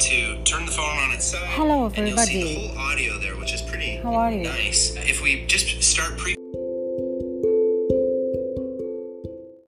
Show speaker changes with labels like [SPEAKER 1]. [SPEAKER 1] to turn the phone on its side.
[SPEAKER 2] Hello,
[SPEAKER 1] And you'll see the
[SPEAKER 2] everybody.
[SPEAKER 1] whole audio there, which is pretty
[SPEAKER 2] How are you?
[SPEAKER 1] nice. If we just start pre